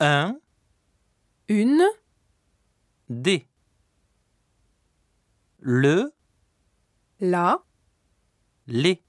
un une, D. Le, la, les.